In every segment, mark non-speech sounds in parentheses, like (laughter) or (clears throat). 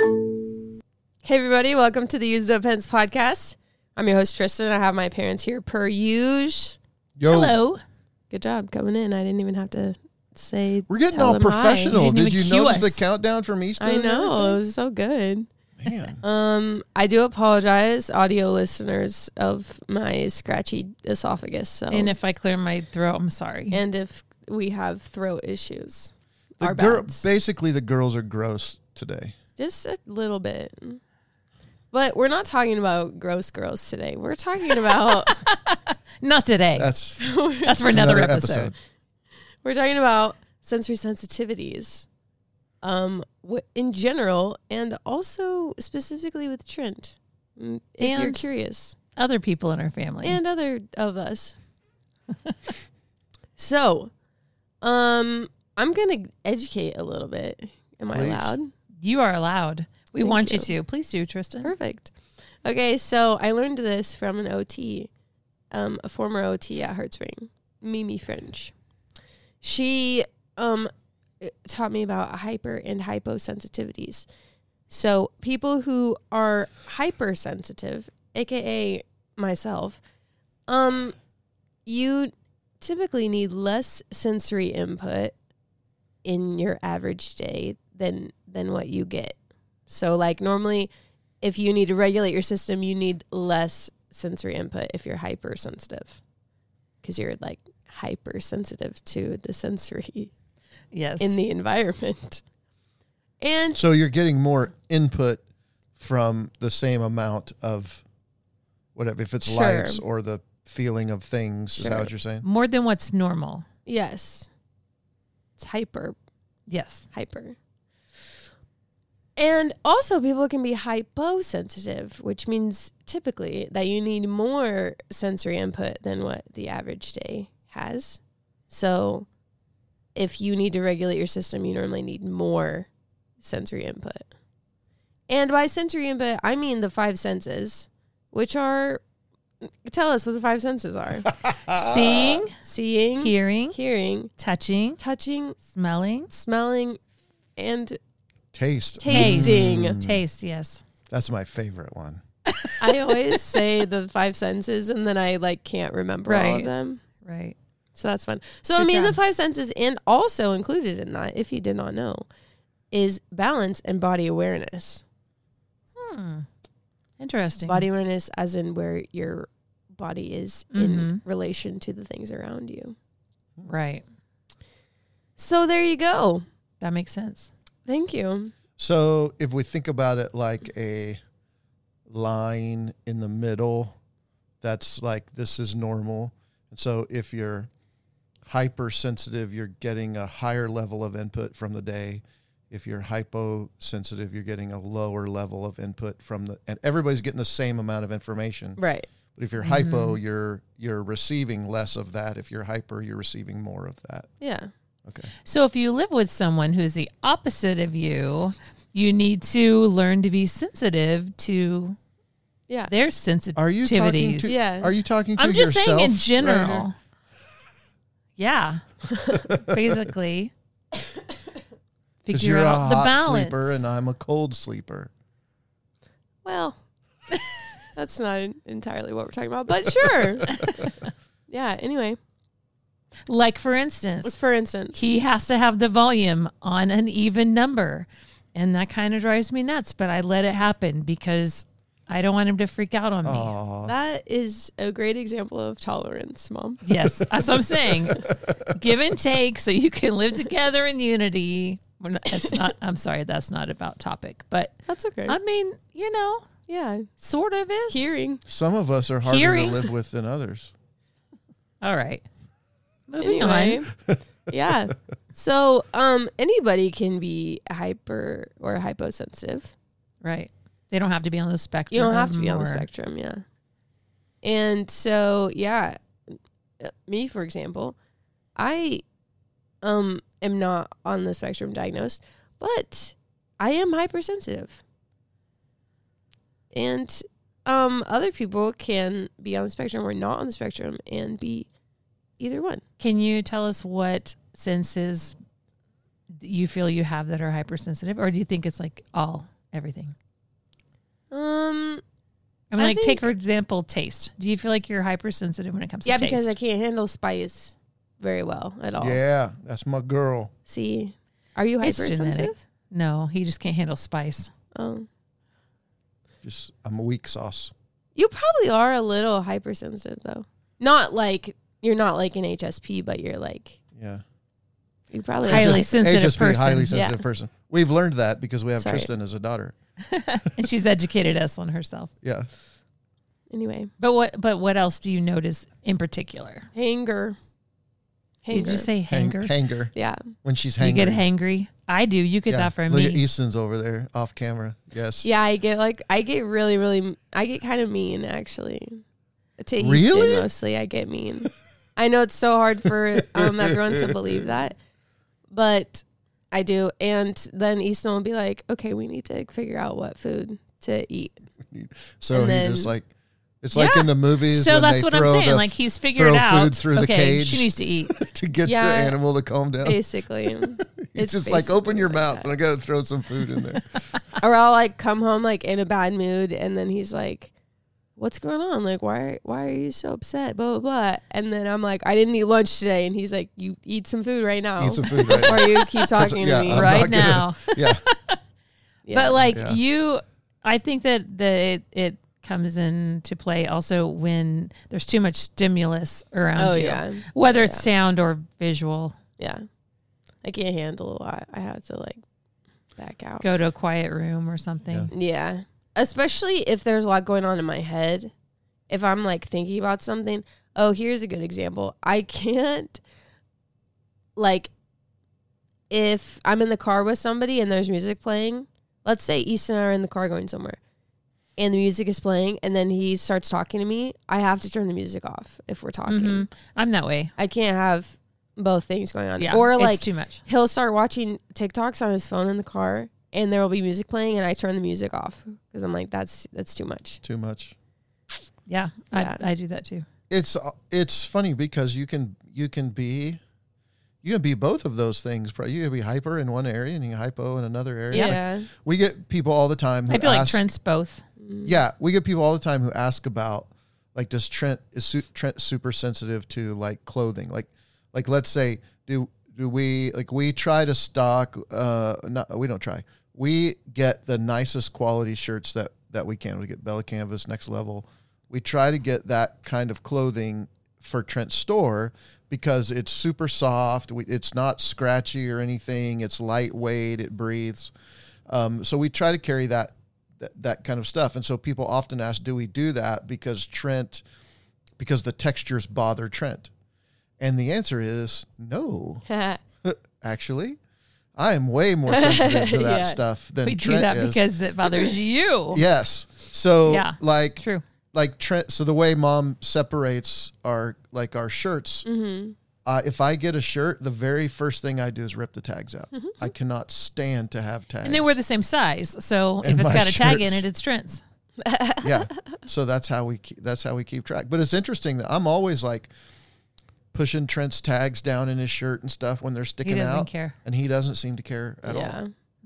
Hey, everybody, welcome to the Used Up Pens podcast. I'm your host, Tristan. I have my parents here per usual. Yo, Hello. Good job coming in. I didn't even have to say. we're getting tell all them hi. professional. You didn't Did even you cue notice us. the countdown from Easter? I and know. It was so good. everything? (laughs) Man. Um, I do apologize, audio listeners, of my scratchy esophagus. So, And if I clear my throat, I'm sorry. and if we have throat issues, The our girl- bads. basically, the girls are gross today. Just a little bit. But we're not talking about gross girls today. We're talking (laughs) about (laughs) Not today. That's, That's (laughs) for another, another episode. episode. we're talking about sensory sensitivities. Um wh- in general and also specifically with Trent. Mm, If you're And- curious. Other people in our family. and other of us. so, um, I'm gonna educate a little bit. Am I Please. allowed? you are allowed. We Thank want you. you. to. Please do, Tristan. Perfect. Okay, so I learned this from an OT, um, a former OT at Hertzspring, Mimi French. She um, it taught me about hyper and hyposensitivities. So people who are hypersensitive, aka myself, um, you typically need less sensory input in your average day than than what you get. So like normally if you need to regulate your system, you need less sensory input if you're hypersensitive. Cuz you're like hypersensitive to the sensory Yes. in the environment. And So you're getting more input from the same amount of whatever, if it's Sure. lights or the feeling of things. Is Sure. that what you're saying? More than what's normal. yes. It's hyper Yes. hyper. And also, people can be hyposensitive, which means typically that you need more sensory input than what the average day has. So, if you need to regulate your system, you normally need more sensory input. And by sensory input, I mean the five senses, which are tell us what the five senses are Uh, Seeing, seeing, hearing, hearing, touching, touching, smelling, smelling, and Taste. Tasting. Mm. taste. Yes. That's my favorite one. I always say the five senses and then I like can't remember all of Right. them. Right. So that's fun. So I Good mean the job. five senses and also included in that, if you did not know, is balance and body awareness. Hmm. Interesting. Body awareness as in where your body is in Mhm. relation to the things around you. Right. So there you go. That makes sense. Thank you. So if we think about it like a line in the middle, that's like this is normal. And so if you're hypersensitive, you're getting a higher level of input from the day. If you're hyposensitive, you're getting a lower level of input from the and everybody's getting the same amount of information. Right. But if you're Mm-hmm. hypo, you're you're receiving less of that. If you're hyper, you're receiving more of that. Yeah. Okay. So if you live with someone who's the opposite of you, you need to learn to be sensitive to Yeah. their sensitivities. Are you talking to Yeah. are you talking to I'm just yourself saying in right general. here? (laughs) yeah. Basically. Because Figure you're a out the hot balance. sleeper and I'm a cold sleeper. Well, (laughs) that's not entirely what we're talking about, (laughs) but sure. (laughs) yeah. Anyway, like for instance, for instance, he has to have the volume on an even number. And that kind of drives me nuts, but I let it happen because I don't want him to freak out on me. Oh, That is a great example of tolerance, mom. Yes, that's what (laughs) I'm saying. Give and take so you can live together in unity. We're not, it's not, I'm sorry, that's not about topic, but That's okay. I mean, you know, yeah. sort of is. Hearing. some of us are harder Hearing. to live with than (laughs) others. All right. Moving Anyway. on. (laughs) yeah. So, um anybody can be hyper or hyposensitive. Right. They don't have to be on the spectrum. You don't of have to be on the more. spectrum, yeah. And so, yeah. uh, Me, for example, I um am not on the spectrum diagnosed, but I am hypersensitive. And um, other people can be on the spectrum or not on the spectrum and be either one. Can you tell us what senses you feel you have that are hypersensitive, or do you think it's like all everything? Um, I mean, I like take think- for example taste. Do you feel like you're hypersensitive when it comes yeah, to taste? because I can't handle spice very well at Oh. all. Yeah, that's my girl. See, are you It's hypersensitive? genetic. no, he just can't handle spice. Oh, Just I'm a weak sauce. you probably are a little hypersensitive though. Not like you're not like an HSP, but you're like Yeah. you probably Highly are. sensitive HSP, person. highly Yeah. sensitive person. We've learned that because we have Sorry. Tristan as a daughter. and she's educated us on herself. Yeah. anyway. But what? But what else do you notice in particular? Hanger. Hanger. Did you say Hang- hanger? hanger. yeah. When she's you hangry. get hangry. I do. You get that from Look me. at Easton's over there off camera. Yes. Yeah, I get like I get really, really I get kind of mean actually. To Houston Really? mostly I get mean. I know it's so hard for um, everyone to believe that. But I do. And then Easton will be like, Okay, we need to figure out what food to eat. So And he then- just like, it's like in the movies. so when that's they what I'm throw saying. the Like he's figured throw out food through the okay, cage. She needs to eat. (laughs) to get Yeah. the animal to calm down. (laughs) Basically. It's it's Oh. just like open basically your like mouth that. and I gotta throw some food (laughs) in there. or I'll like come home like in a bad mood, and then he's like, "What's going on? Like, why why are you so upset?" Blah blah blah. And then I'm like, "I didn't eat lunch today," and he's like, "You eat some food right now, Eat some food right (laughs) now. or you (laughs) keep talking yeah, uh-huh. to me." I'm right not gonna- now. Yeah. Yeah. But like Yeah. you, I think that that it, it comes into play also when there's too much stimulus around oh you, yeah, whether Yeah. it's sound or visual. yeah, I can't handle a lot. I have to like back out. Go to a quiet room or something. Yeah. Especially if there's a lot going on in my head. If I'm like thinking about something. Oh, here's a good example. I can't like if I'm in the car with somebody and there's music playing. Let's say Easton and I are in the car going somewhere and the music is playing and then he starts talking to me. I have to turn the music off if we're talking. Mhm. I'm that way. I can't have both things going on. Yeah, or like it's too much. he'll start watching TikToks on his phone in the car, and there will be music playing, and I turn the music off because I'm like, that's that's too much. Too much. Yeah, Yeah. I, I do that too. It's uh, it's funny because you can you can be you can be both of those things. bro. You can be hyper in one area and you can hypo in another area. Like, Yeah, we get people all the time who I feel like ask- Trent's both. Mm. (laughs) Yeah, we get people all the time who ask about like does Trent is su- Trent super sensitive to like clothing? Like like let's say do do we like we try to stock uh not we don't try. We get the nicest quality shirts that that we can. We get Bella Canvas next level. We try to get that kind of clothing for Trent's store because it's super soft. We, it's not scratchy or anything. It's lightweight. It breathes. Um, so we try to carry that, that that kind of stuff. And so people often ask, do we do that because Trent, because the textures bother Trent? And the answer is no. Actually, I am way more sensitive to (laughs) that Yeah. stuff than We do Trent that is. because (laughs) it bothers you. yes. So Yeah. like True. like Trent. So the way mom separates our like our shirts. Mm-hmm. Uh, if I get a shirt, the very first thing I do is rip the tags out. I cannot stand to have tags. Mm-hmm. And they were the same size, so And if it's my got a tag in shirts. it, it's Trent's. yeah. So that's how we keep, that's how we keep track. But it's interesting that I'm always like pushing Trent's tags down in his shirt and stuff when they're sticking doesn't out, care. and he doesn't seem to care at all.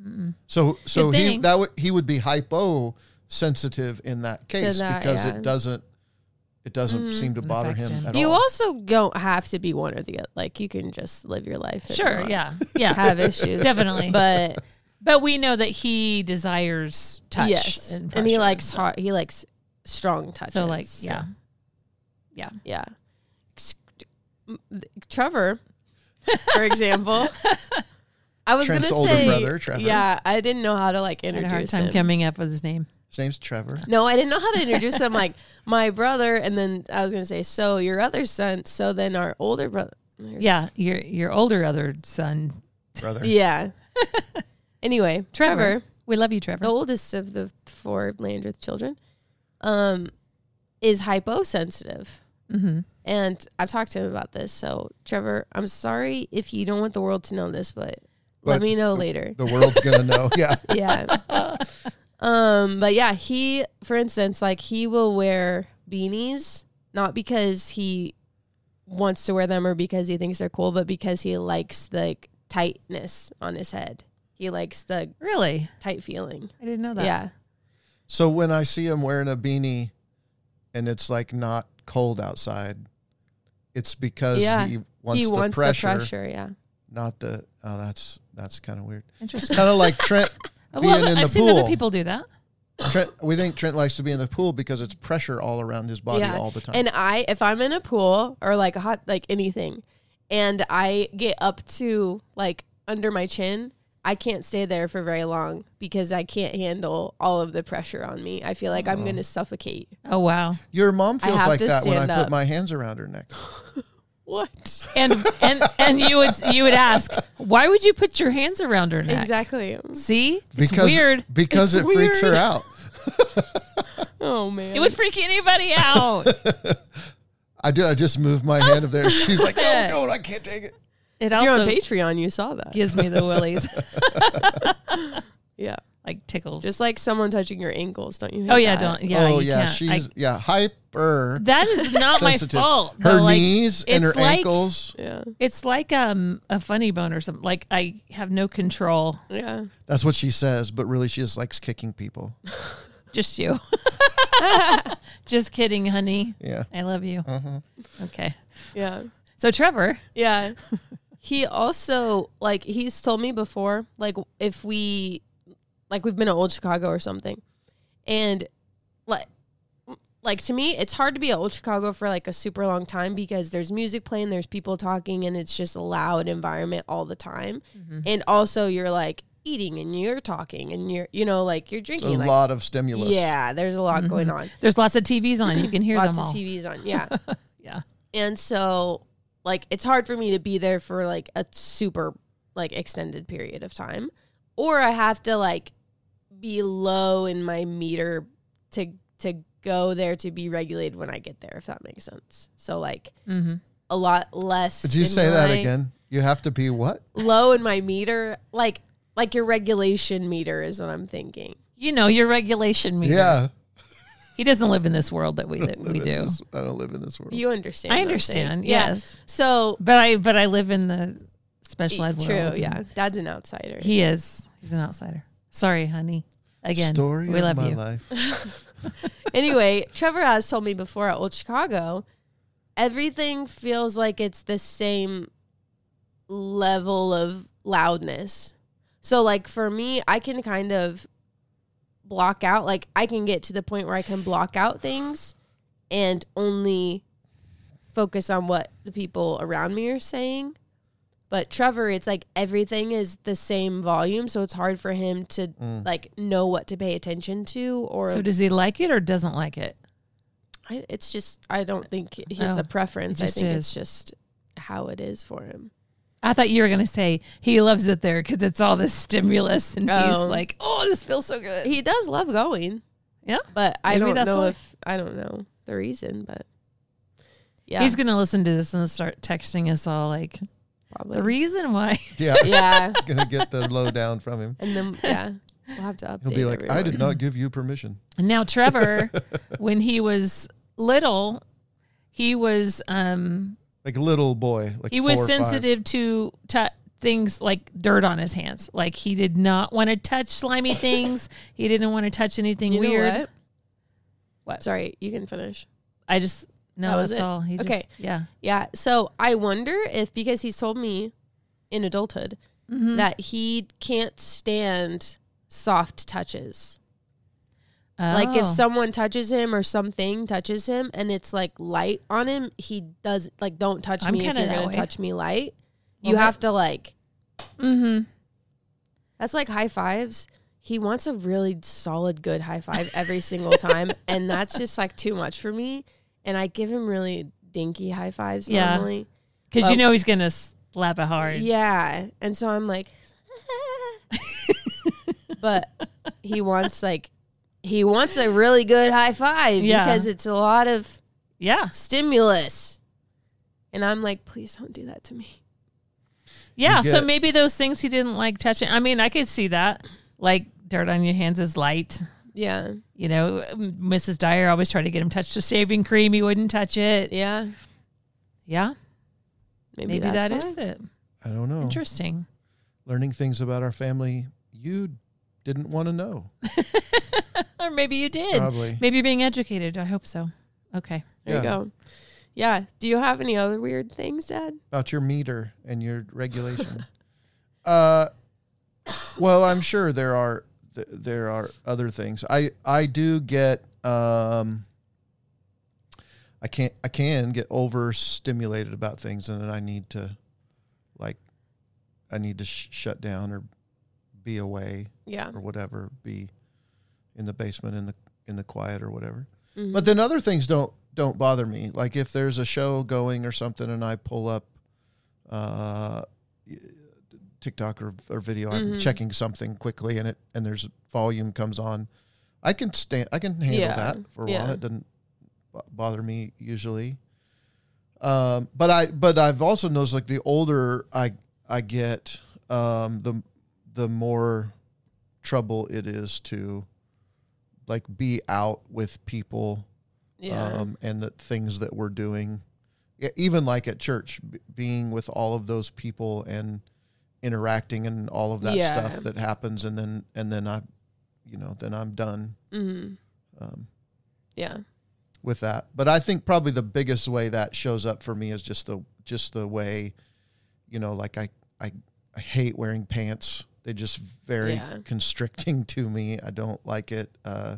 yeah. So so he thing. that would he would be hypo sensitive in that case that, because yeah. Mm-hmm. it doesn't it doesn't seem to Doesn't bother affect him, him. at You all. also don't have to be one or the other. Like you can just live your life. and Sure. not Yeah. Yeah. Have issues, (laughs) Definitely. but But we know that he desires touch. yes, and, and, he pressure. likes hard, he likes strong touches. So like yeah. Yeah. yeah. Ex- m- th- Trevor, (laughs) for example. I was Trent's gonna older say, brother, Trevor. yeah, I didn't know how to like I had a introduce hard time him. coming up with his name. His name's Trevor. (laughs) No, I didn't know how to introduce him. Like my brother, and then I was gonna say, so your other son, so then our older brother. Yeah, your your older other son, Brother. yeah. anyway, Trevor. Trevor, We love you, Trevor. the oldest of the four Landreth children, um, is hyposensitive, Mm-hmm. and I've talked to him about this. So, Trevor, I'm sorry if you don't want the world to know this, but, But let me know later. (laughs) The world's gonna know. Yeah. yeah. Um, but yeah, he, for instance, like he will wear beanies not because he wants to wear them or because he thinks they're cool, but because he likes the tightness on his head. He likes the Really? tight feeling. I didn't know that. Yeah. So when I see him wearing a beanie and it's like not cold outside, it's because Yeah. he wants, he the, wants pressure, the pressure. Yeah. not the oh that's that's kind of weird. (laughs) Interesting. Kind of like Trent (coughs) being well, in I've the seen pool. other people do that. Trent we think Trent likes to be in the pool because it's pressure all around his body all the time. And I, if I'm in a pool or like a hot, like anything, and I get up to like under my chin, I can't stay there for very long because I can't handle all of the pressure on me. I feel like I'm going to suffocate. Oh wow. Your mom I feels have like to that when I stand put up. my hands around her neck. What? And and and you would you would ask, why would you put your hands around her neck? Exactly. See? It's Because weird. (laughs) because It's it freaks her weird. out. (laughs) Oh man. It would freak anybody (laughs) out. I do I just moved my hand up there. She's like, Yeah. No, no, I can't take it. It if you're on also Patreon, you saw that. gives me (laughs) the willies, Yeah. like tickles. Just like someone touching your ankles, don't you? oh hate yeah, that? don't yeah. oh you yeah, can't. she's I- yeah, hyper (laughs) that is not my sensitive. fault. Her though, like, knees and her it's like- ankles. Yeah. It's like um a funny bone or something. Like I have no control. Yeah. That's what she says, but really she just likes kicking (laughs) people. Just you. (laughs) Just kidding, honey. Yeah. Uh-huh. I love you. Okay. Yeah. So Trevor, (laughs) Yeah. he also like he's told me before like if we like we've been to old Chicago or something. And like like to me it's hard to be at old Chicago for like a super long time because there's music playing, there's people talking and it's just a loud environment all the time. And also you're like eating and you're talking and you're you know like you're A drinking like lot of stimulus. yeah, there's a lot going on. there's lots of TVs on. You can Mm-hmm. hear Lots them all. of TVs on. Yeah. Yeah. And so like it's hard for me to be there for like a super like extended period of time or I have to like be low in my meter to to go there to be regulated when I get there if that makes sense. So like Mm-hmm. a lot less Did you say that stimuli- again? You have to be what? Low in my meter like like your regulation meter is what I'm thinking. You know your regulation meter. Yeah. He doesn't live in this world that (laughs) we that Live we in do. this- I don't live in this world. You understand. I what I'm understand. saying. Yeah. Yes. So But I but I live in the special ed world. true, and yeah. Dad's an outsider. He is. He's an outsider. Sorry, honey. Again, Story we of love my you. (laughs) life. anyway, Trevor has told me before at Old Chicago, everything feels like it's the same level of loudness. So, like, for me, I can kind of block out, like, I can get to the point where I can block out things and only focus on what the people around me are saying. But Trevor, it's like everything is the same volume, so it's hard for him to Mm. like know what to pay attention to or So does he like it or doesn't like it? I, it's just I don't think he has Oh, a preference. it I just think is. it's just how it is for him. I thought you were gonna say he loves it there because it's all this stimulus, and he's Oh. like, "Oh, this feels so good." He does love going, yeah, but I Maybe don't that's know why. if I don't know the reason, but yeah, he's gonna listen to this and start texting us all like probably. the reason why. (laughs) Yeah. (laughs) yeah, Gonna get the lowdown from him. and then yeah, we'll have to update. He'll be like, I everyone. did not give you permission. Now, Trevor, (laughs) when he was little, he was um Like little boy. Like he four or was five. sensitive to to things like dirt on his hands. Like he did not want to (laughs) touch slimy things. he didn't want to touch anything You know weird. what? What? Sorry, you can finish. I just no, That was that's it. all. He just, Okay. yeah. Yeah. So I wonder if because he's told me in adulthood Mm-hmm. that he can't stand soft touches. Like if Oh. someone touches him or something touches him and it's like light on him, he does like don't touch I'm me if kinda you're that gonna way. touch me light. Well, you that- have to like mm-hmm. Mhm. that's like high fives. He wants a really solid good high five every single (laughs) time and that's just like too much for me. And I give him really dinky high fives Yeah. normally. Because you Well- know he's gonna slap it hard. Yeah. And so I'm (laughs) like but he wants like he wants a really good high five Yeah. because it's a lot of Yeah, stimulus. And I'm like, please don't do that to me. yeah. You so get- maybe those things he didn't like touching. I mean, I could see that, like dirt on your hands is light. Yeah. You know, Mrs. Dyer always tried to get him touched the shaving cream. He wouldn't touch it. Yeah. Yeah, Maybe, maybe, that's that why. is it. I don't know. Interesting. Learning things about our family you didn't want to know. Or maybe you did. Probably. Maybe you're being educated. I hope so. Okay. There Yeah. you go. Yeah. Do you have any other weird things, Dad? about your meter and your regulation. (laughs) uh, well, I'm sure there are th- there are other things. I I do get um, I can't I can get overstimulated about things, and then I need to like I need to sh- shut down or be away Yeah. or whatever, be in the basement in the in the quiet or whatever. Mhm. But then other things don't don't bother me. Like if there's a show going or something, and I pull up uh, TikTok or, or video, I'm Mhm. checking something quickly, and it and there's volume comes on. I can stand. I can handle Yeah. that for a Yeah. while. It doesn't b- bother me usually. Um, but I but I've also noticed like the older I I get, um, the the more trouble it is to like be out with people yeah. um, and the things that we're doing. Yeah, even like at church, b- being with all of those people and interacting and all of that Yeah. stuff that happens, and then and then I, you know, then I'm done Mhm. um, Yeah. with that. But I think probably the biggest way that shows up for me is just the just the way, you know, like I I, I hate wearing pants. They're just very Yeah. constricting (laughs) to me. I don't like it, uh,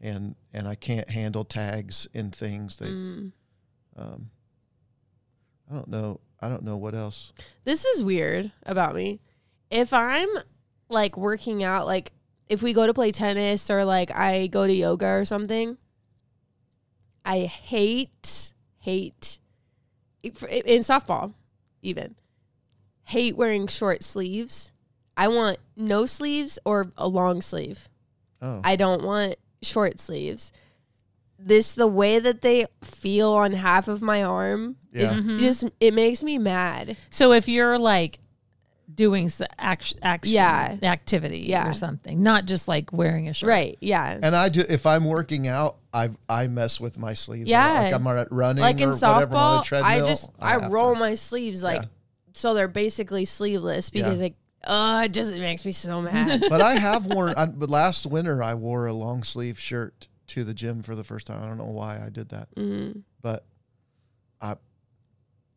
and and I can't handle tags in things. They Mm. um, I don't know. I don't know what else. This is weird about me. If I'm like working out, like if we go to play tennis or like I go to yoga or something, I hate, hate, i- for- i- in softball, even, hate wearing short sleeves. I want no sleeves or a long sleeve. Oh, I don't want short sleeves. This the way that they feel on half of my arm. it Yeah. just it makes me mad. So if you're like doing s- action, action Yeah. activity Yeah. or something, not just like wearing a shirt. Right? Yeah. and I do. If I'm working out, I I mess with my sleeves. a lot. like Yeah. I'm out running Like in or whatever I'm on the softball, I treadmill. Oh, just I, have roll to. my sleeves like Yeah. so they're basically sleeveless Yeah. because like oh it just it makes me so (laughs) mad. But I have worn. I, but last winter, I wore a long sleeve shirt to the gym for the first time. I don't know why I did that, mm. but I.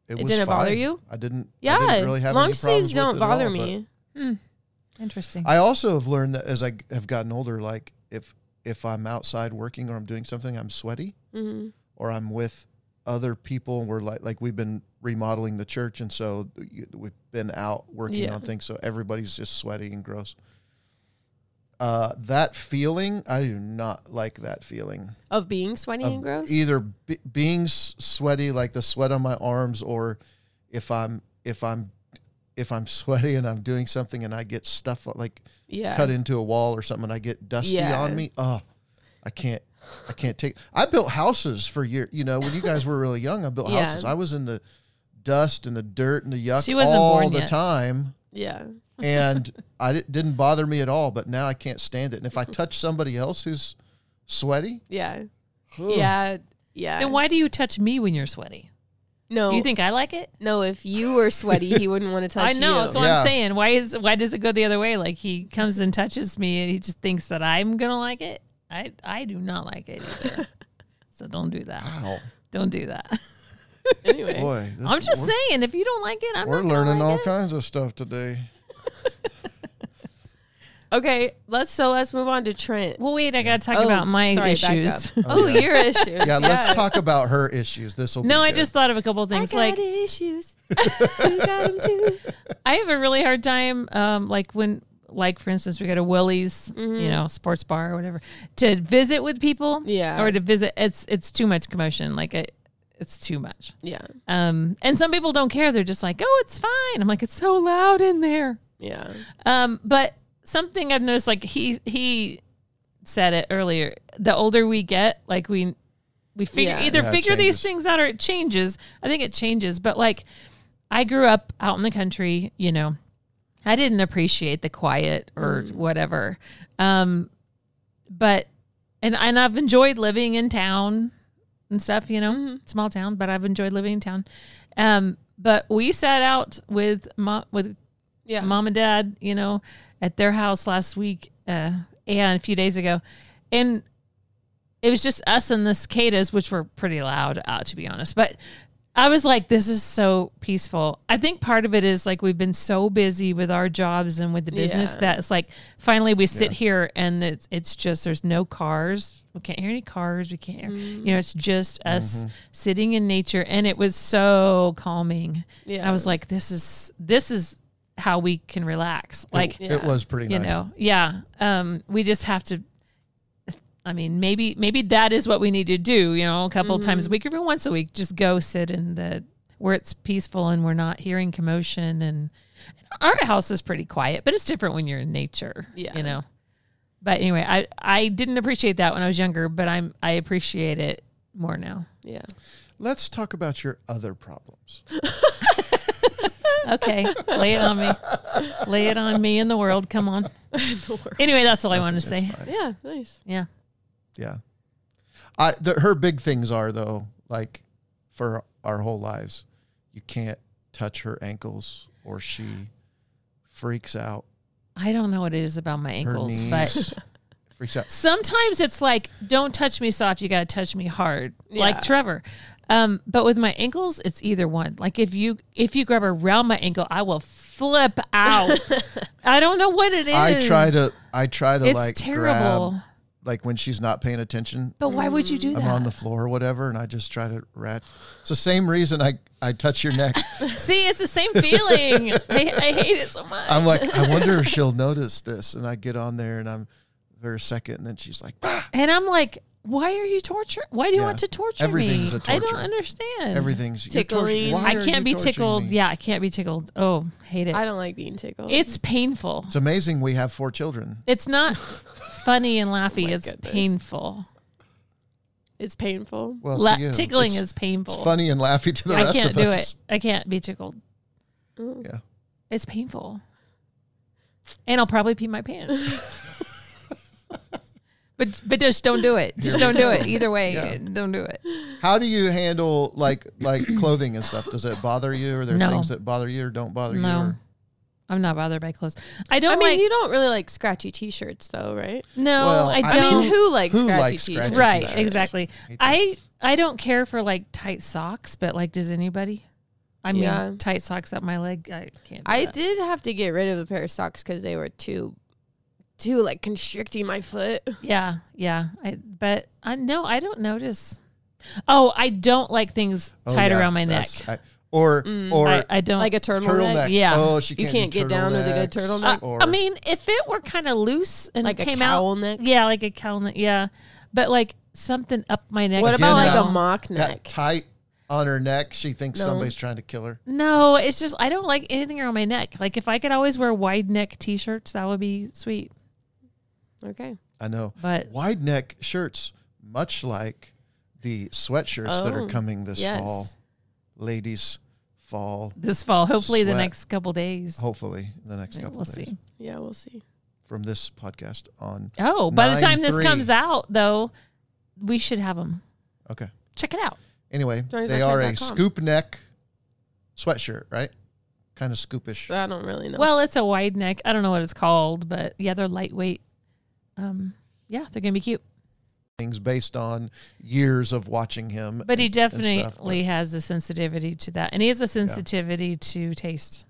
It, was didn't bother fine. you? I didn't. Yeah, I didn't really have long any problems sleeves with don't it at bother all, but- me. Interesting. I also have learned that as I g- have gotten older, like if if I'm outside working or I'm doing something, I'm sweaty, hmm or I'm with other people. and We're like like we've been remodeling the church, and so you- we've been out working Yeah. on things, so everybody's just sweaty and gross. Uh, that feeling, I do not like that feeling Of being sweaty of e and gross. either b- being s- sweaty, like the sweat on my arms, or if I'm if I'm if I'm (laughs) sweaty and I'm doing something and I get stuff like yeah. cut into a wall or something and I get dusty Yeah. on me. Oh, I can't I can't take I built houses for years. You know, when you guys were really young, I built Yeah. houses. I was in the dust and the dirt and the yuck She wasn't all born the yet. time. yeah. And (laughs) I it didn't bother me at all, but now I can't stand it. And if I touch somebody else who's (laughs) sweaty, Yeah. ugh, Yeah. Yeah. then why do you touch me when you're sweaty? No. Do you think I like it? no? If you were sweaty, he wouldn't want to touch (laughs) I know. you. That's what Yeah. I'm saying. Why is why does it go the other way? Like he comes and touches me, and he just thinks that I'm gonna like it. I I do not like it (laughs) either. so don't do that. Wow. Don't do that. anyway. Boy, this, I'm just we're, saying, if you don't like it, I'm We're not gonna learning like all it. kinds of stuff today. Okay, let's so let's move on to Trent. Well, wait, I gotta talk Oh, about my sorry, back (laughs) issues. up. Oh, yeah. your issues. Yeah, let's talk about her issues. This will No, be I good. just thought of a couple I things. got (laughs) like issues. you got 'em too. I have a really hard time, um, like when, like for instance, we go to Willie's, Mm-hmm. you know, sports bar or whatever, to visit with people, Yeah. or to visit. It's it's too much commotion. Like it, it's too much. Yeah, Um, and some people don't care. They're just like, oh, it's fine. I'm like, it's so loud in there. yeah, Um, but something I've noticed, like he he said it earlier. The older we get, like we we figure Yeah. either Yeah, it figure these changes. things out or it changes. I think it changes. But like I grew up out in the country, you know, I didn't appreciate the quiet or whatever. Um, but and and I've enjoyed living in town and stuff, you know, small town, but I've enjoyed living in town. Um, but we sat out with mom with Yeah. mom and dad, you know, at their house last week uh, and a few days ago, and it was just us and the cicadas, which were pretty loud, uh, to be honest. But I was like, this is so peaceful. I think part of it is like we've been so busy with our jobs and with the business Yeah. that it's like finally we sit here and it's it's just there's no cars. We can't hear any cars. We can't hear, you know, it's just us sitting in nature and it was so calming. Yeah. I was like, this is this is how we can relax. Like it, it was pretty you Oh, nice. know yeah um we just have to i mean maybe maybe that is what we need to do you know a couple times a week even once a week just go sit in the where it's peaceful and we're not hearing commotion and our house is pretty quiet but it's different when you're in nature Yeah. you know but anyway i i didn't appreciate that when i was younger but i'm i appreciate it more now (laughs) Yeah. Let's talk about your other problems. okay lay it on me lay it on me and the world come on anyway that's all i wanted to say Yeah. Nice. yeah Yeah. I the, her big things are though, like for our whole lives, you can't touch her ankles or she freaks out. I don't know what it is about my Her ankles, knees but (laughs) freaks out. sometimes it's like, don't touch me soft. You got to touch me hard, Yeah. like Trevor. Um, but with my ankles, it's either one. Like if you if you grab around my ankle, I will flip (laughs) out. I don't know what it is. I try to I try to It's like terrible. grab like when she's not paying attention. But why would you do that? I'm on the floor or whatever, and I just try to rat. It's the same reason I, I touch your neck. See, it's the same (laughs) feeling. I, I hate it so much. I'm like, I wonder if she'll notice this. And I get on there and I'm for a second, and then she's like, "Ah." and I'm like, why are you torturing? Why do you Yeah. want to torture Everything's me? a I don't torture. understand. everything's you're torturing- Tickling. why I are you can't be torturing tickled. me? Yeah, I can't be tickled. Oh, hate it. I don't like being tickled. it's painful. It's amazing we have four children. (laughs) It's not funny and laughy. my it's goodness. painful. it's painful. Well, to La- you, tickling it's- is painful. It's funny and laughy to the I rest can't of do us. it. I can't be tickled. Mm. Yeah. It's painful. And I'll probably pee my pants. (laughs) (laughs) but but just don't do it. Just don't do it. Either (laughs) way, Yeah. don't do it. How do you handle like (clears throat) like clothing and stuff? Does it bother you? Are there No. things that bother you or don't bother you? No. or- I'm not bothered by clothes. I I don't mean, like you don't really like scratchy t-shirts, though, right? no, Well, I I don't I mean, who likes who scratchy likes t-shirts? scratchy right, t-shirts? exactly. Hate that. I I don't care for like tight socks, but like does anybody? I mean, Yeah. tight socks up my leg. I can't. do I that. did have to get rid of a pair of socks because they were too, too like constricting my foot. Yeah, yeah. I, but I no, I don't notice. Oh, I don't like things Oh, tied yeah, around my neck. that's- I- or or I, I don't Like a turtleneck. turtleneck. Yeah. Oh, she You can't, can't do get down with a good turtlenecks, turtleneck? Uh, Or I mean, if it were kind of loose and Like a came cowl out, neck? yeah, like a cowl neck, yeah. But like something up my neck. What Again, about like no. a mock that neck? tight on her neck, she thinks No. somebody's trying to kill her. No, it's just I don't like anything around my neck. Like if I could always wear wide neck t-shirts, that would be sweet. okay. I know. But Wide neck shirts, much like the sweatshirts that Oh, are coming this yes. fall, ladies, fall. this fall, hopefully the Sweat. next couple days, Hopefully, in the next couple we'll days see. Yeah, we'll see. from this podcast on. Oh, by the time this 9-3. comes out, though, we should have them. Okay. Check it out. Anyway, Johnny's they Backpack are a dot com. scoop neck sweatshirt, right? Kind of scoopish. I don't really know. Well, it's a wide neck. I don't know what it's called, but yeah, they're lightweight. Um, yeah, they're gonna be cute. Things based on years of watching him. But he and- and stuff, definitely but- has a sensitivity to that, and he has a sensitivity to (laughs) taste.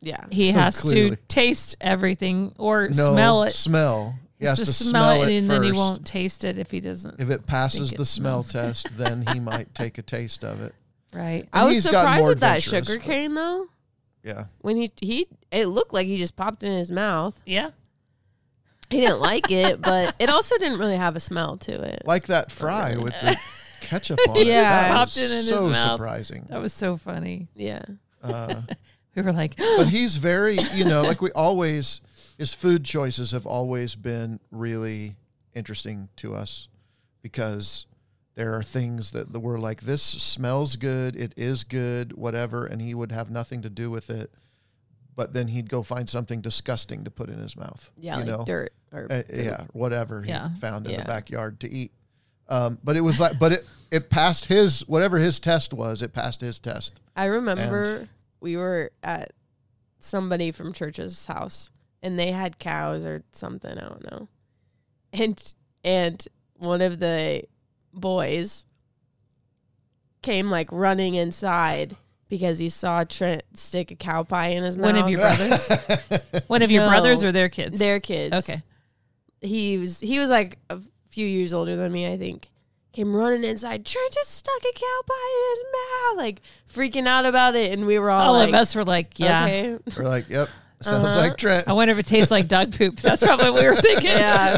yeah. He has to clearly. taste everything or no, smell it. Smell. He has to to smell it, and then he first. won't taste it if he doesn't. If it passes it the smell smells. test, then he might take a taste of it. right? I And was he's gotten surprised more with that adventurous, sugar but- cane though. Yeah. When he he, it looked like he just popped in his mouth. Yeah. He didn't like it, but it also didn't really have a smell to it. Like that fry with (laughs) the ketchup on it. Yeah. That Popped was it in his so mouth. surprising. That was so funny. Yeah. Uh, We were like, but he's very, you know, like we always, his food choices have always been really interesting to us because there are things that the- we're like, this smells good, it is good, whatever, and he would have nothing to do with it. but then he'd go find something disgusting to put in his mouth. Yeah, you like know, dirt or Uh, yeah, whatever he Yeah. found in Yeah. the backyard to eat. Um, but it was like, but it it passed his whatever his test was. It passed (laughs) his test. I remember we were at somebody from church's house and they had cows or something, I don't know. And and one of the boys came like running inside because he saw Trent stick a cow pie in his mouth. One of your brothers, one of your No. brothers, or their kids. their kids. okay, He was he was like a few years older than me, I think. Came running inside. Trent just stuck a cow pie in his mouth, like freaking out about it, and we were all, all like, of us were like, "Yeah, okay. (laughs) (laughs) We're like, yep, sounds Uh-huh. like Trent. I wonder if it tastes like dog poop." (laughs) That's probably what we were thinking. yeah.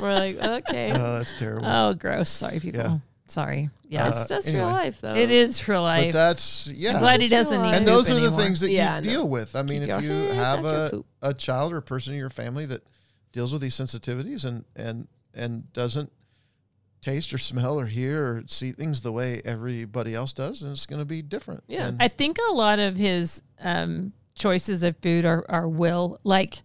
We're like, okay. Oh, that's terrible. Oh, gross. Sorry, people. Yeah. Sorry. Yeah, that's that's real anyway. life, though. it is real but life. that's yeah. I'm glad he It's real doesn't need. life. and poop those are the anymore. things that Yeah, I you know. deal with. I mean, Keep if your you hands have out your a, poop. a child or a person in your family that deals with these sensitivities and and and doesn't taste or smell or hear or see things the way everybody else does, then it's going to be different. Yeah. And I think a lot of his um, choices of food are, are will. Like,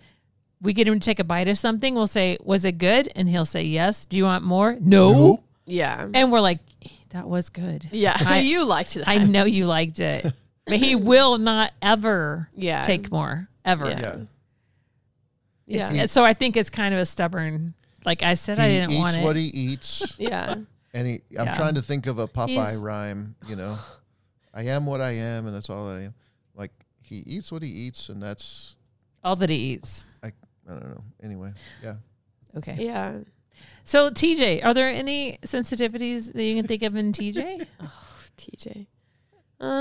we get him to take a bite of something. We'll say, Was it good? And he'll say, Yes. Do you want more? No. No. Yeah. And we're like, That was good. Yeah. (laughs) I- you liked that. I know you (laughs) liked it. But he will not ever yeah. take more, ever. Yeah. yeah, Yeah. And so I think it's kind of a stubborn, like I said, I he didn't eats want it. what he (laughs) eats, yeah. and he. I'm Yeah. trying to think of a Popeye He's- rhyme. You know, I am what I am, and that's all I am. Like he eats what he eats, and that's all that he eats. I don't know. Anyway, yeah. Okay. Yeah. So, TJ, are there any sensitivities that you can think of (laughs) in TJ? TJ.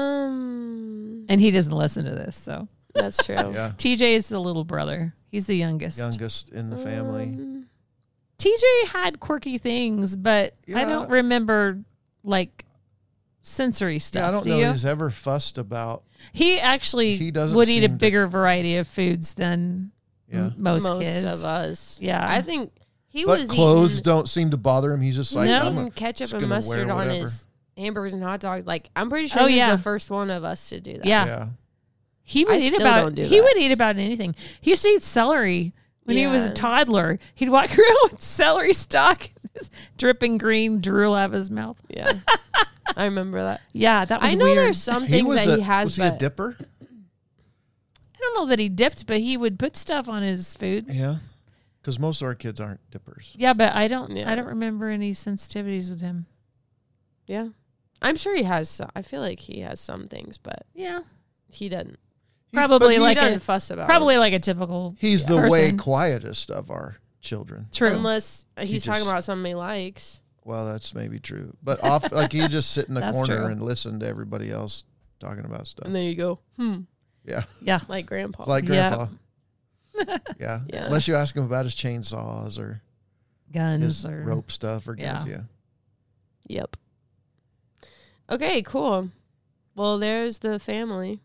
Um. and he doesn't listen to this. So, That's true. Yeah. TJ is the little brother. He's the youngest. Youngest in the family. Um, TJ had quirky things, but I don't Yeah. remember like sensory stuff. Yeah, I don't do know you? that he's ever fussed about. He actually He doesn't would eat a seem to- bigger variety of foods than Yeah, m- most, most kids. of us. Yeah. I think he but was clothes eating, don't seem to bother him. He's just like, No. I'm eating a, ketchup just and gonna wear mustard on whatever. his hamburgers and hot dogs. Like I'm pretty sure Oh, he was yeah. the first one of us to do that. yeah. yeah. He would I eat still about don't do he that. would eat about anything. He used to eat celery when he was a Yeah. toddler. He'd walk (laughs) around with celery stalk dripping green drool out of his mouth. Yeah. I remember that. Yeah, (laughs) that was I know weird. there's some things that a, he has, was he but a dipper? I don't know that he dipped, but he would put stuff on his food. Yeah, because most of our kids aren't dippers. Yeah, but I don't. Yeah. I don't remember any sensitivities with him. Yeah. I'm sure he has some. I feel like he has some things, but Yeah, he doesn't. He's- but Probably He like doesn't a- fuss about probably like a typical. He's the person. way quietest of our children. it. True. Unless he's He talking just- about something he likes. Well, that's maybe true, but (laughs) off like he just sit in the That's corner true. and listen to everybody else talking about stuff. And then you go, hmm, yeah, yeah. like grandpa. like Yeah. grandpa. (laughs) yeah. Yeah. unless you ask him about his chainsaws or Guns his or rope stuff or guns. Yeah. Yeah, yep. Okay, cool. Well, there's the family.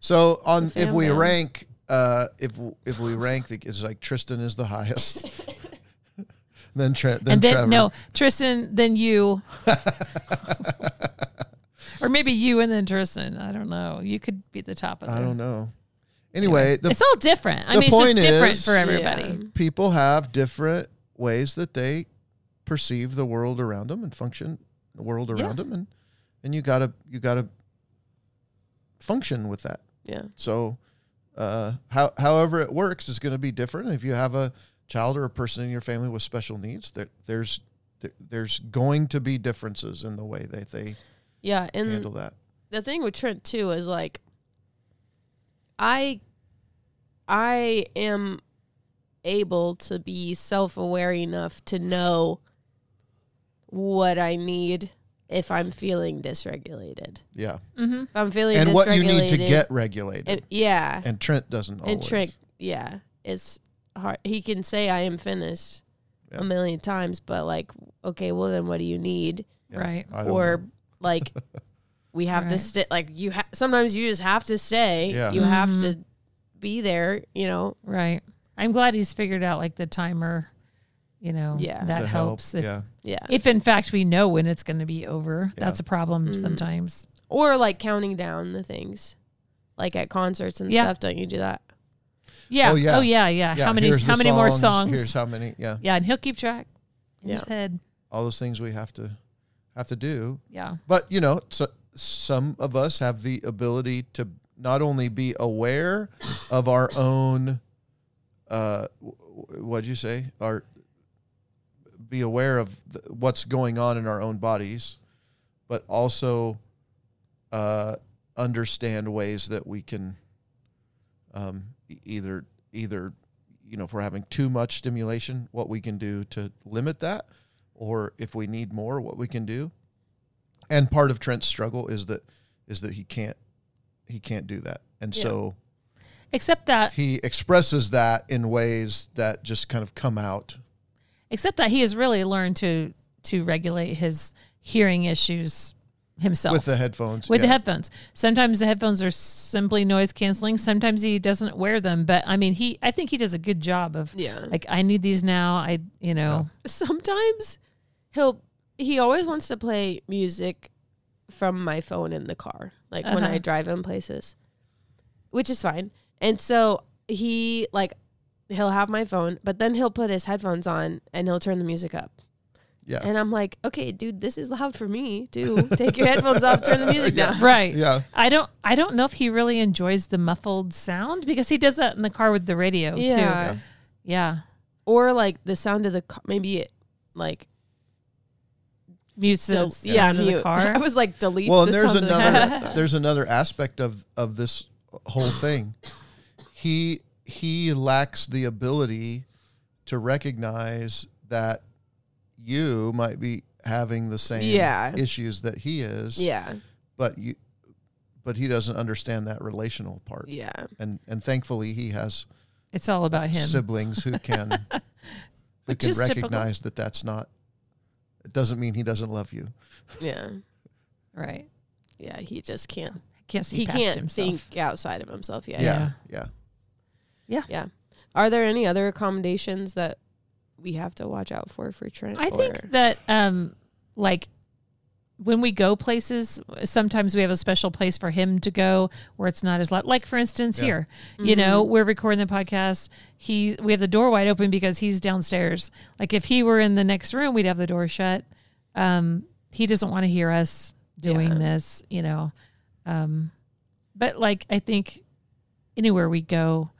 So on The if we fandom. rank, uh, if if we rank, the, it's like Tristan is the (laughs) highest. (laughs) then Trent, then, and then Trevor. no Tristan, (laughs) then you, or maybe you and then Tristan. I don't know. You could be the top of. I the- don't know. Anyway, the it's all different. I the mean, it's just point different is- for everybody. Yeah. people have different ways that they perceive the world around them and function the world Yeah. around them, and and you gotta you gotta function with that. Yeah. So, uh, how, however it works is going to be different. If you have a child or a person in your family with special needs, there, there's there, there's going to be differences in the way that they Yeah. And handle that. the thing with Trent too is like I I am able to be self-aware enough to know what I need if I'm feeling dysregulated. Yeah, hmm If I'm feeling and dysregulated, what you need to get regulated. it- yeah, and Trent doesn't always. and Trent, yeah, it's hard. He can say I am finished Yeah. a million times, but like, okay, well then, what do you need? Yeah, Right. I don't or know. (laughs) like we have to Right. stay like you ha- sometimes you just have to stay Yeah. you have Mhm. to be there you know Right. I'm glad he's figured out like the timer. You know. Yeah. That To help, helps. If, yeah, yeah If in fact we know when it's going to be over, Yeah. Mm. that's a problem Mhm. sometimes. or like counting down the things like at concerts and Yeah. stuff. Don't you do that? Yeah. Oh, yeah. Oh yeah. Yeah. how many? here's the How many more songs? Here's how many. Yeah, yeah, and he'll keep track in Yeah. his head. all those things we have to have to do. Yeah. But you know, so, some of us have the ability to not only be aware of our own. Uh, w- w- what'd you say? Our be aware of th- what's going on in our own bodies, but also uh, understand ways that we can um, e- either either you know if we're having too much stimulation, what we can do to limit that, or if we need more, what we can do. And part of Trent's struggle is that is that he can't he can't do that, and Yeah. so Except that, he expresses that in ways that just kind of come out. except that he has really learned to to regulate his hearing issues himself With the headphones, with the yeah. headphones. Sometimes the headphones are simply noise canceling. Sometimes he doesn't wear them, but I mean, he I think he does a good job of Yeah. like I need these now. I you know Sometimes he'll he always wants to play music from my phone in the car, like when Uh-huh. I drive him places, which is fine. And so he like he'll have my phone, but then he'll put his headphones on and he'll turn the music up. Yeah. And I'm like, okay, dude, this is loud for me too. Take your headphones off, turn the music (laughs) Yeah. down. right. yeah. I don't I don't know if he really enjoys the muffled sound because he does that in the car with the radio Yeah. too. Yeah. Or like the sound of the car, maybe it like Mutes the del- yeah, sound of mute. the car. (laughs) I was like delete. well, the and there's sound of the car. another (laughs) there's another aspect of of this whole thing. He he lacks the ability to recognize that you might be having the same Yeah. issues that he is. (laughs) yeah, But you but he doesn't understand that relational part. yeah. And and thankfully he has It's all about him. siblings who (laughs) can who Which can is typical. recognize that that's not it doesn't mean he doesn't love you. Yeah. Right. Yeah. He just can't. Can't see He past can't himself. think outside of himself. Yeah. Yeah. yeah. Are there any other accommodations that we have to watch out for for Trent? I think or- that um like when we go places, sometimes we have a special place for him to go where it's not as loud. Like for instance, Yeah. here, you know, we're recording the podcast. He, we have the door wide open because he's downstairs. Like if he were in the next room, we'd have the door shut. Um, he doesn't want to hear us doing Yeah. this, you know. Um, but like I think anywhere we go,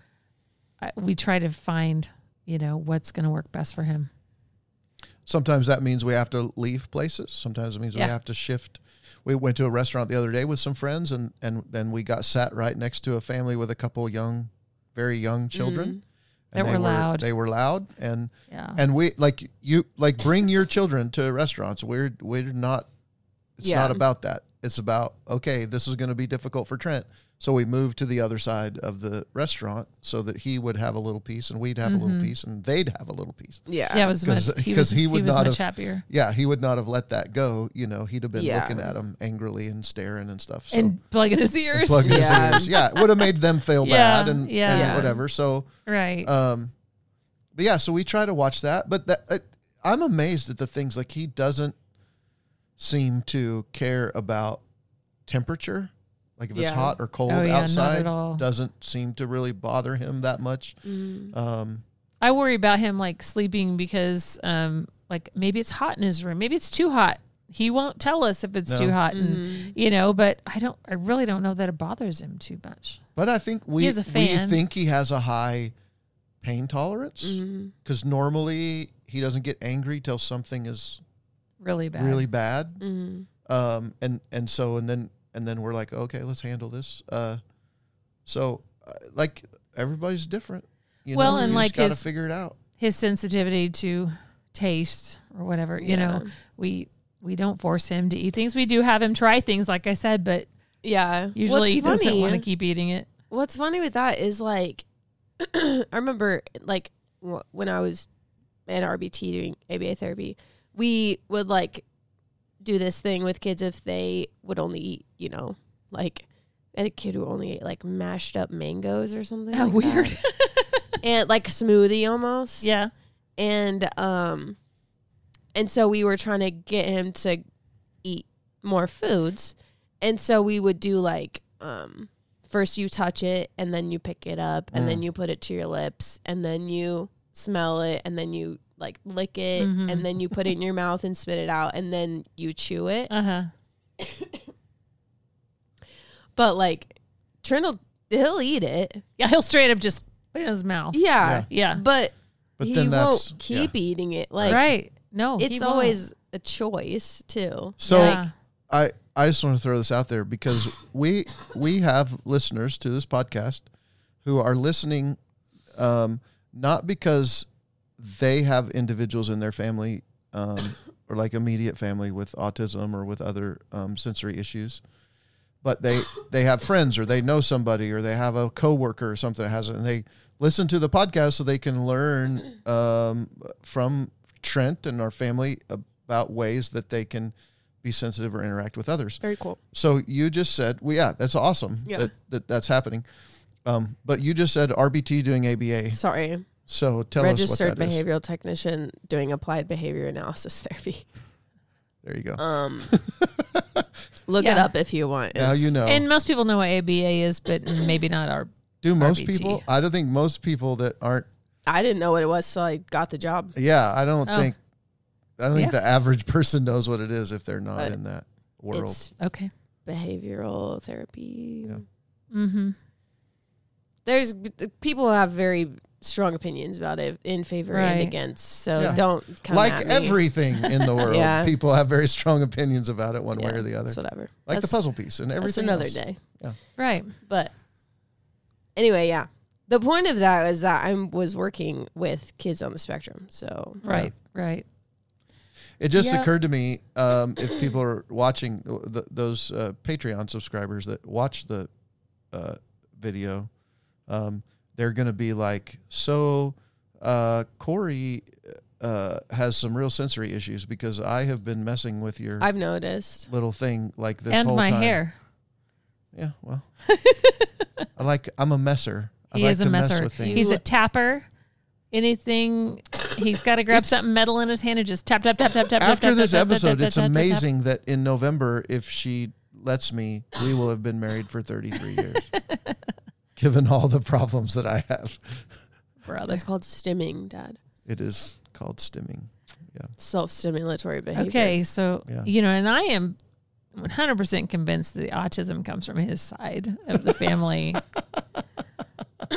I, we try to find, you know, what's going to work best for him. Sometimes that means we have to leave places. Sometimes it means Yeah. we have to shift. We went to a restaurant the other day with some friends, and and then we got sat right next to a family with a couple young, very young children. Mm-hmm. That were loud. They were loud, and Yeah. and we like you like bring your children to restaurants. We're we're not. It's Yeah. not about that. It's about okay. This is going to be difficult for Trent, so we moved to the other side of the restaurant so that he would have a little piece, and we'd have a little piece, and they'd have a little piece. Yeah. Yeah, it was much. 'Cause- He 'cause was, he he would was not much have- happier. Yeah, he would not have let that go. You know, he'd have been Yeah. looking at him angrily and staring and stuff. So And plugging his ears. plugging Yeah. his ears. Yeah, it would have made them feel Yeah, bad and, yeah. and Yeah. whatever. So, (laughs) right. um, but yeah, so we try to watch that. But that uh, I'm amazed at the things like he doesn't seem to care about temperature. Like if it's Yeah. hot or cold yeah, not at outside, all. doesn't seem to really bother him that much. Mhm. Um, I worry about him like sleeping because um like maybe it's hot in his room. Maybe it's too hot. He won't tell us if it's No. too hot Mm-hmm. and you know, but I don't I really don't know that it bothers him too much. but I think we, is a we fan. Mm-hmm. think he has a high pain tolerance. Mhm. because normally he doesn't get angry till something is Really bad. really bad. Mhm. Um, and and so and then and then we're like, okay, let's handle this. Uh, so uh, like everybody's different. You Well, know? and you like just gotta his- figure it out. His sensitivity to taste or whatever, you know. Yeah. We we don't force him to eat things. We do have him try things like I said, but Yeah. usually What's he doesn't funny- want to keep eating it. What's funny with that is like, (clears throat) I remember like wh- when I was in RBT doing ABA therapy, we would like do this thing with kids if they would only eat, you know, like I had a kid who only ate like mashed up mangoes or something. How like (laughs) weird. that. and like smoothie almost. yeah. and um and so we were trying to get him to eat more foods and so we would do like um first you touch it and then you pick it up and then Mm. you put it to your lips and then you smell it and then you like lick it Mhm. and then you put it in your mouth and spit it out and then you chew it. Uh huh. But like Trindle, he'll eat it. Yeah, he'll straight up just put it in his mouth. Yeah. Oh, Yeah. But, But he then that's won't yeah. keep eating it. Like right. No. he it's won't. always a choice too. So Yeah. I I just want to throw this out there because we we have listeners to this podcast who are listening um, not because they have individuals in their family um, or like immediate family with autism or with other um, sensory issues, but they they have friends or they know somebody or they have a coworker or something that has it, and they listen to the podcast so they can learn um, from Trent and our family about ways that they can be sensitive or interact with others. Very cool. So you just said, well, yeah, that's awesome Yeah. that, that that's happening. Um, but you just said RBT doing ABA. Sorry. So tell us registered what that is. behavioral technician doing applied behavior analysis (laughs) therapy. There you go. (laughs) Um, look it Yeah. up if you want. now It's- you know. And most people know what ABA is, but maybe not our. Do most RBT. people? I don't think most people that aren't. I didn't know what it was, so I got the job. Yeah, I don't Oh. think. I don't think Yeah. the average person knows what it is if they're not But in that world. It's Okay. behavioral therapy. Yeah. Mm-hmm. There's people have very strong opinions about it in favor and Right. against. So Yeah. don't come like at me. everything in (laughs) the world, Yeah. people have very strong opinions about it one way Yeah, or the other. It's whatever. Like the That's- puzzle piece and That's everything. another else. day. Right. But anyway, yeah. The point of that is that I was working with kids on the spectrum. So Right. Right. It just Yeah. occurred to me um, if people are watching th- those uh, Patreon subscribers that watch the uh, video, um, they're going to be like, so uh, Corey uh, has some real sensory issues because I have been messing with your I've noticed. little thing like this and whole my time. hair. Yeah, well, (laughs) I like. I'm a messer. I He like is a to messer. mess with things. He's a tapper. Anything he's got to grab It's- something metal in his hand and just tap tap tap tap tap. tap, After tap, this tap, tap, tap, episode, tap, it's (laughs) tap, tap, tap. amazing that in November, if she lets me, we will have been married for 33 (laughs) years, given all the problems that I have. Brother. That's called stimming, Dad. It is called stimming. Self stimulatory behavior. Okay, so Yeah. you know, and I am 100% convinced that the autism comes from his side of (laughs) the family,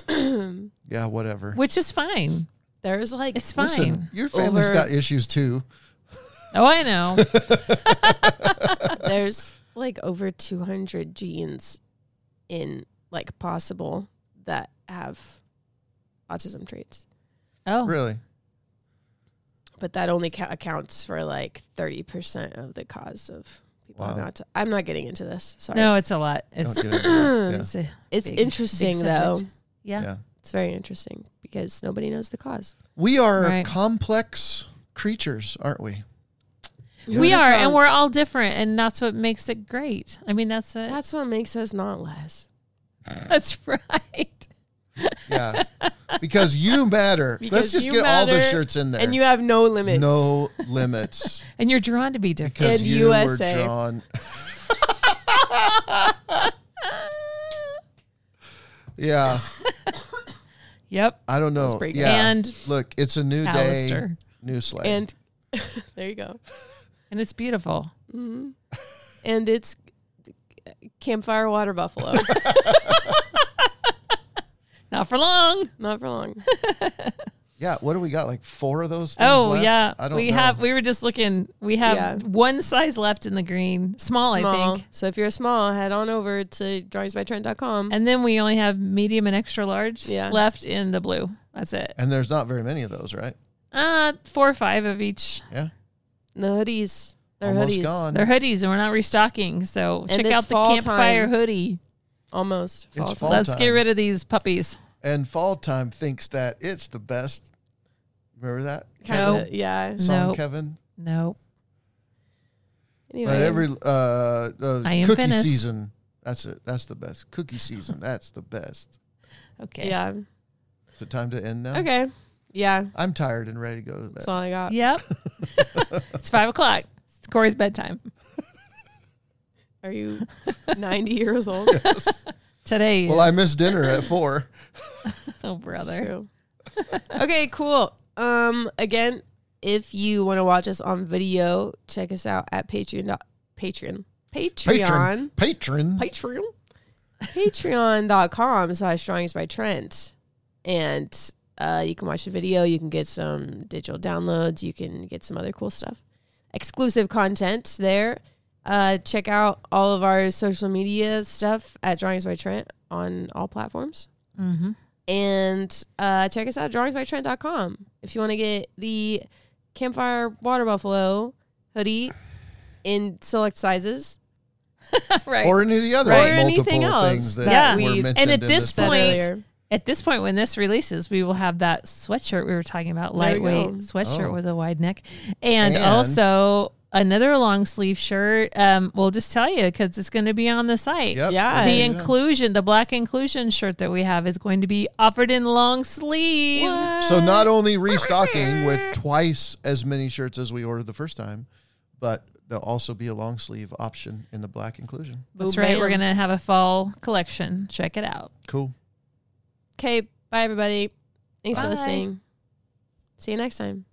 (clears throat) Yeah, whatever. which is fine. (clears throat) There's like It's fine. Listen, your family's Over- got issues too. Oh, (laughs) I know. there's like over 200 genes in like possible that have autism traits, Oh, Really? but that only ca- accounts for like 30% of the cause of people having Wow. autism. I'm not getting into this. Sorry. (clears throat) no, it's a lot. It's, Don't (laughs) get it. Yeah. (laughs) it's a, it's big- interesting big though. subject. yeah. Yeah. It's very interesting because nobody knows the cause. We are Right. complex creatures, aren't we? We are, and Beautiful. we're all different, and that's what makes it great. I mean, that's what. That's what makes us not less. (laughs) That's right. Yeah. because you (laughs) matter. Let's Because just you get all the matter, shirts in there. And you have no limits. no limits. And you're drawn to be different. Because In you USA. were drawn. (laughs) yeah. Yep. I don't know. pretty good. Yeah. And Look, it's a new day, Alistair. new slate. And (laughs) there you go. And it's beautiful. hmm And it's campfire water (laughs) buffalo. Not for long. Not for long. yeah, what do we got? Like four of those things? Oh left? yeah, I don't we know. have. We were just looking. We have Yeah. one size left in the green, small, I think, So if you're small, head on over to drawingsbytrent.com. and then we only have medium and extra large Yeah. left in the blue. That's it. and there's not very many of those, right? Uh, four or five of each. Yeah. No hoodies. They're Almost hoodies. gone. They're hoodies, and we're not restocking. So And check it's out the fall campfire time. hoodie. Almost. It's time. fall Let's get time. rid of these puppies. And fall time thinks that it's the best. Remember that? Kinda, No. Yeah. Song Nope. Kevin. No, Anyway. But every uh, uh I am cookie finished. season. That's it. That's the best. Cookie season. That's the best. okay. yeah. Is it time to end now? Okay. Yeah. I'm tired and ready to go to bed. That's all I got. (laughs) Yep. it's five o'clock. It's Corey's bedtime. (laughs) Are you 90 years old? Today. Well, I is- missed (laughs) dinner at four. Oh, It's (laughs) brother. true. okay, cool. Um, again, if you want to watch us on video, check us out at Patreon. dot- Patreon. Patreon. Patron. Patron. Patreon. Patreon.com slash drawings by Trent. And uh, you can watch the video. You can get some digital downloads. You can get some other cool stuff. Exclusive content there. Uh, check out all of our social media stuff at Drawings by Trent on all platforms. Mm-hmm. (laughs) And uh, check us out at drawingsbytrent.com if you want to get the Campfire Water Buffalo hoodie in select sizes. right. Or any of the other Right. Or multiple anything else things that that were we- mentioned and at in this said point, earlier. At this point, when this releases, we will have that sweatshirt we were talking about, There we lightweight go. sweatshirt Oh. with a wide neck, and, And- also another long sleeve shirt. Um, we'll just tell you because it's going to be on the site. Yep, Yeah. we're The I- gonna do that. inclusion, the black inclusion shirt that we have is going to be offered in long sleeve. So not only restocking with twice as many shirts as we ordered the first time, but there'll also be a long sleeve option in the black inclusion. That's right. We're going to have a fall collection. Check it out. Cool. Okay, bye everybody. Thanks for Bye. listening. See you next time.